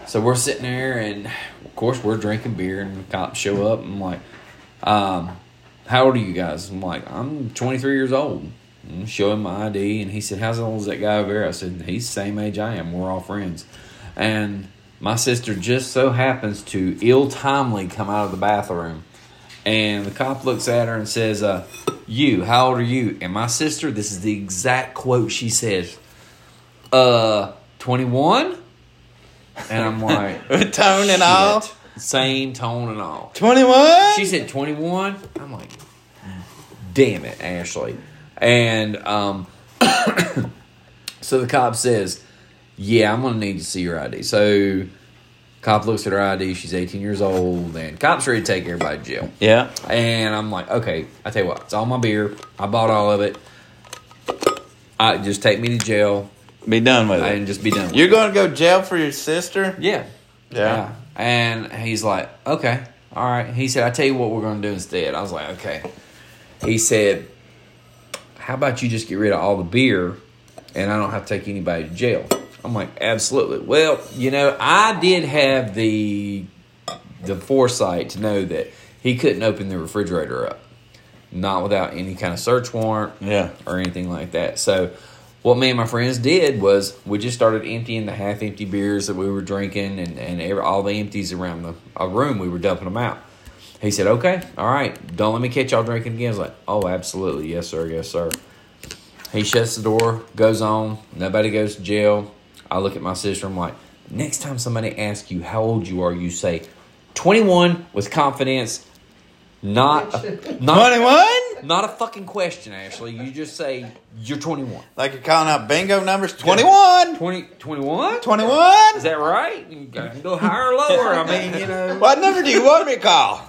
so we're sitting there, and of course we're drinking beer, and the cops show up, and I'm like, um, "How old are you guys?" I'm like, "I'm twenty three years old." And show him my ID, and he said, "How's old is that guy over there?" I said, "He's the same age I am. We're all friends," and my sister just so happens to ill timely come out of the bathroom and the cop looks at her and says uh, you how old are you and my sister this is the exact quote she says uh 21 and i'm like With tone and all. "Shit." same tone and all 21? she said 21. I'm like, damn it, Ashley. And um, so the cop says, yeah, I'm going to need to see your ID. So cop looks at her ID. She's 18 years old. And cop's ready to take everybody to jail. yeah. And I'm like, okay, I tell you what, it's all my beer. I bought all of it. I just take me to jail Be done with it. and just be done. with You're it. going to go jail for your sister? yeah. Yeah. And he's like, okay, all right. He said, I tell you what we're going to do instead. I was like, okay. He said, how about you just get rid of all the beer and I don't have to take anybody to jail? I'm like, absolutely. Well, you know, I did have the the foresight to know that he couldn't open the refrigerator up, not without any kind of search warrant Yeah. or anything like that. So, what me and my friends did was we just started emptying the half empty beers that we were drinking and, and every, all the empties around the a room, we were dumping them out. He said, Okay, all right, don't let me catch y'all drinking again. I was like, Oh, absolutely. Yes, sir. Yes, sir. He shuts the door, goes on. Nobody goes to jail. I look at my sister. I'm like, next time somebody asks you how old you are, you say 21 with confidence. Not, a, not 21? not a fucking question, Ashley. You just say you're 21. Like you're calling out bingo numbers? 21! 20, 21? 21? Is that right? You can go higher or lower. I mean, you know. What number do you want me to call?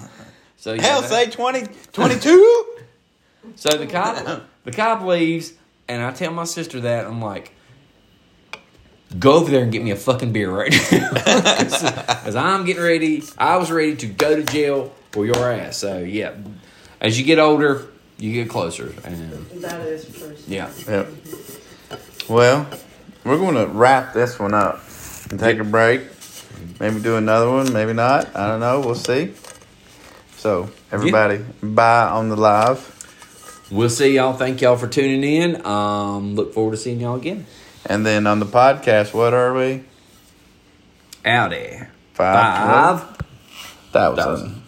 So, yeah, Hell, that- say 20, 22? So the cop, the cop leaves, and I tell my sister that I'm like, go over there and get me a fucking beer right now, because I'm getting ready. I was ready to go to jail for your ass. So yeah, as you get older, you get closer, and That is first. yeah, Yep. Well, we're going to wrap this one up and take a break. Maybe do another one, maybe not. I don't know. We'll see. So, everybody, bye on the live. we'll see y'all. Thank y'all for tuning in. Um, look forward to seeing y'all again. And then on the podcast, what are we? Howdy. Five. Five. That was Thousand. a